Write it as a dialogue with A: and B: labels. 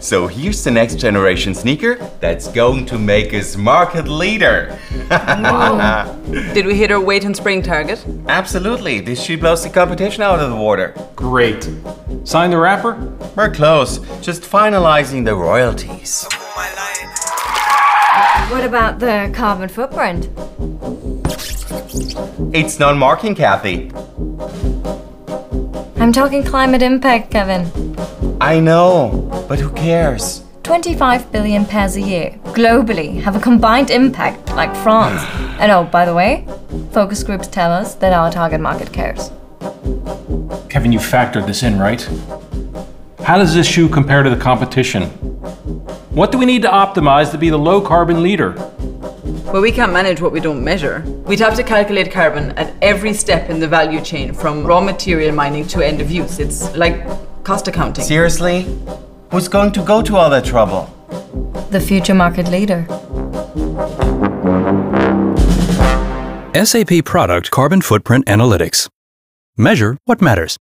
A: So here's the next generation sneaker that's going to make us market leader.
B: Did we hit our weight and spring target?
A: Absolutely, this shoe blows the competition out of the water.
C: Great. Sign the wrapper?
A: We're close, just finalizing the royalties.
D: What about the carbon footprint?
A: It's non-marking, Kathy.
D: I'm talking climate impact, Kevin.
A: I know, but who cares?
D: 25 billion pairs a year globally have a combined impact like France. And oh, by the way, focus groups tell us that our target market cares.
C: Kevin, you factored this in, right? How does this shoe compare to the competition? What do we need to optimize to be the low carbon leader?
B: Well, we can't manage what we don't measure. We'd have to calculate carbon at every step in the value chain from raw material mining to end of use. It's like cost accounting.
A: Seriously? Who's going to go to all that trouble?
D: The future market leader.
E: SAP Product Carbon Footprint Analytics. Measure what matters.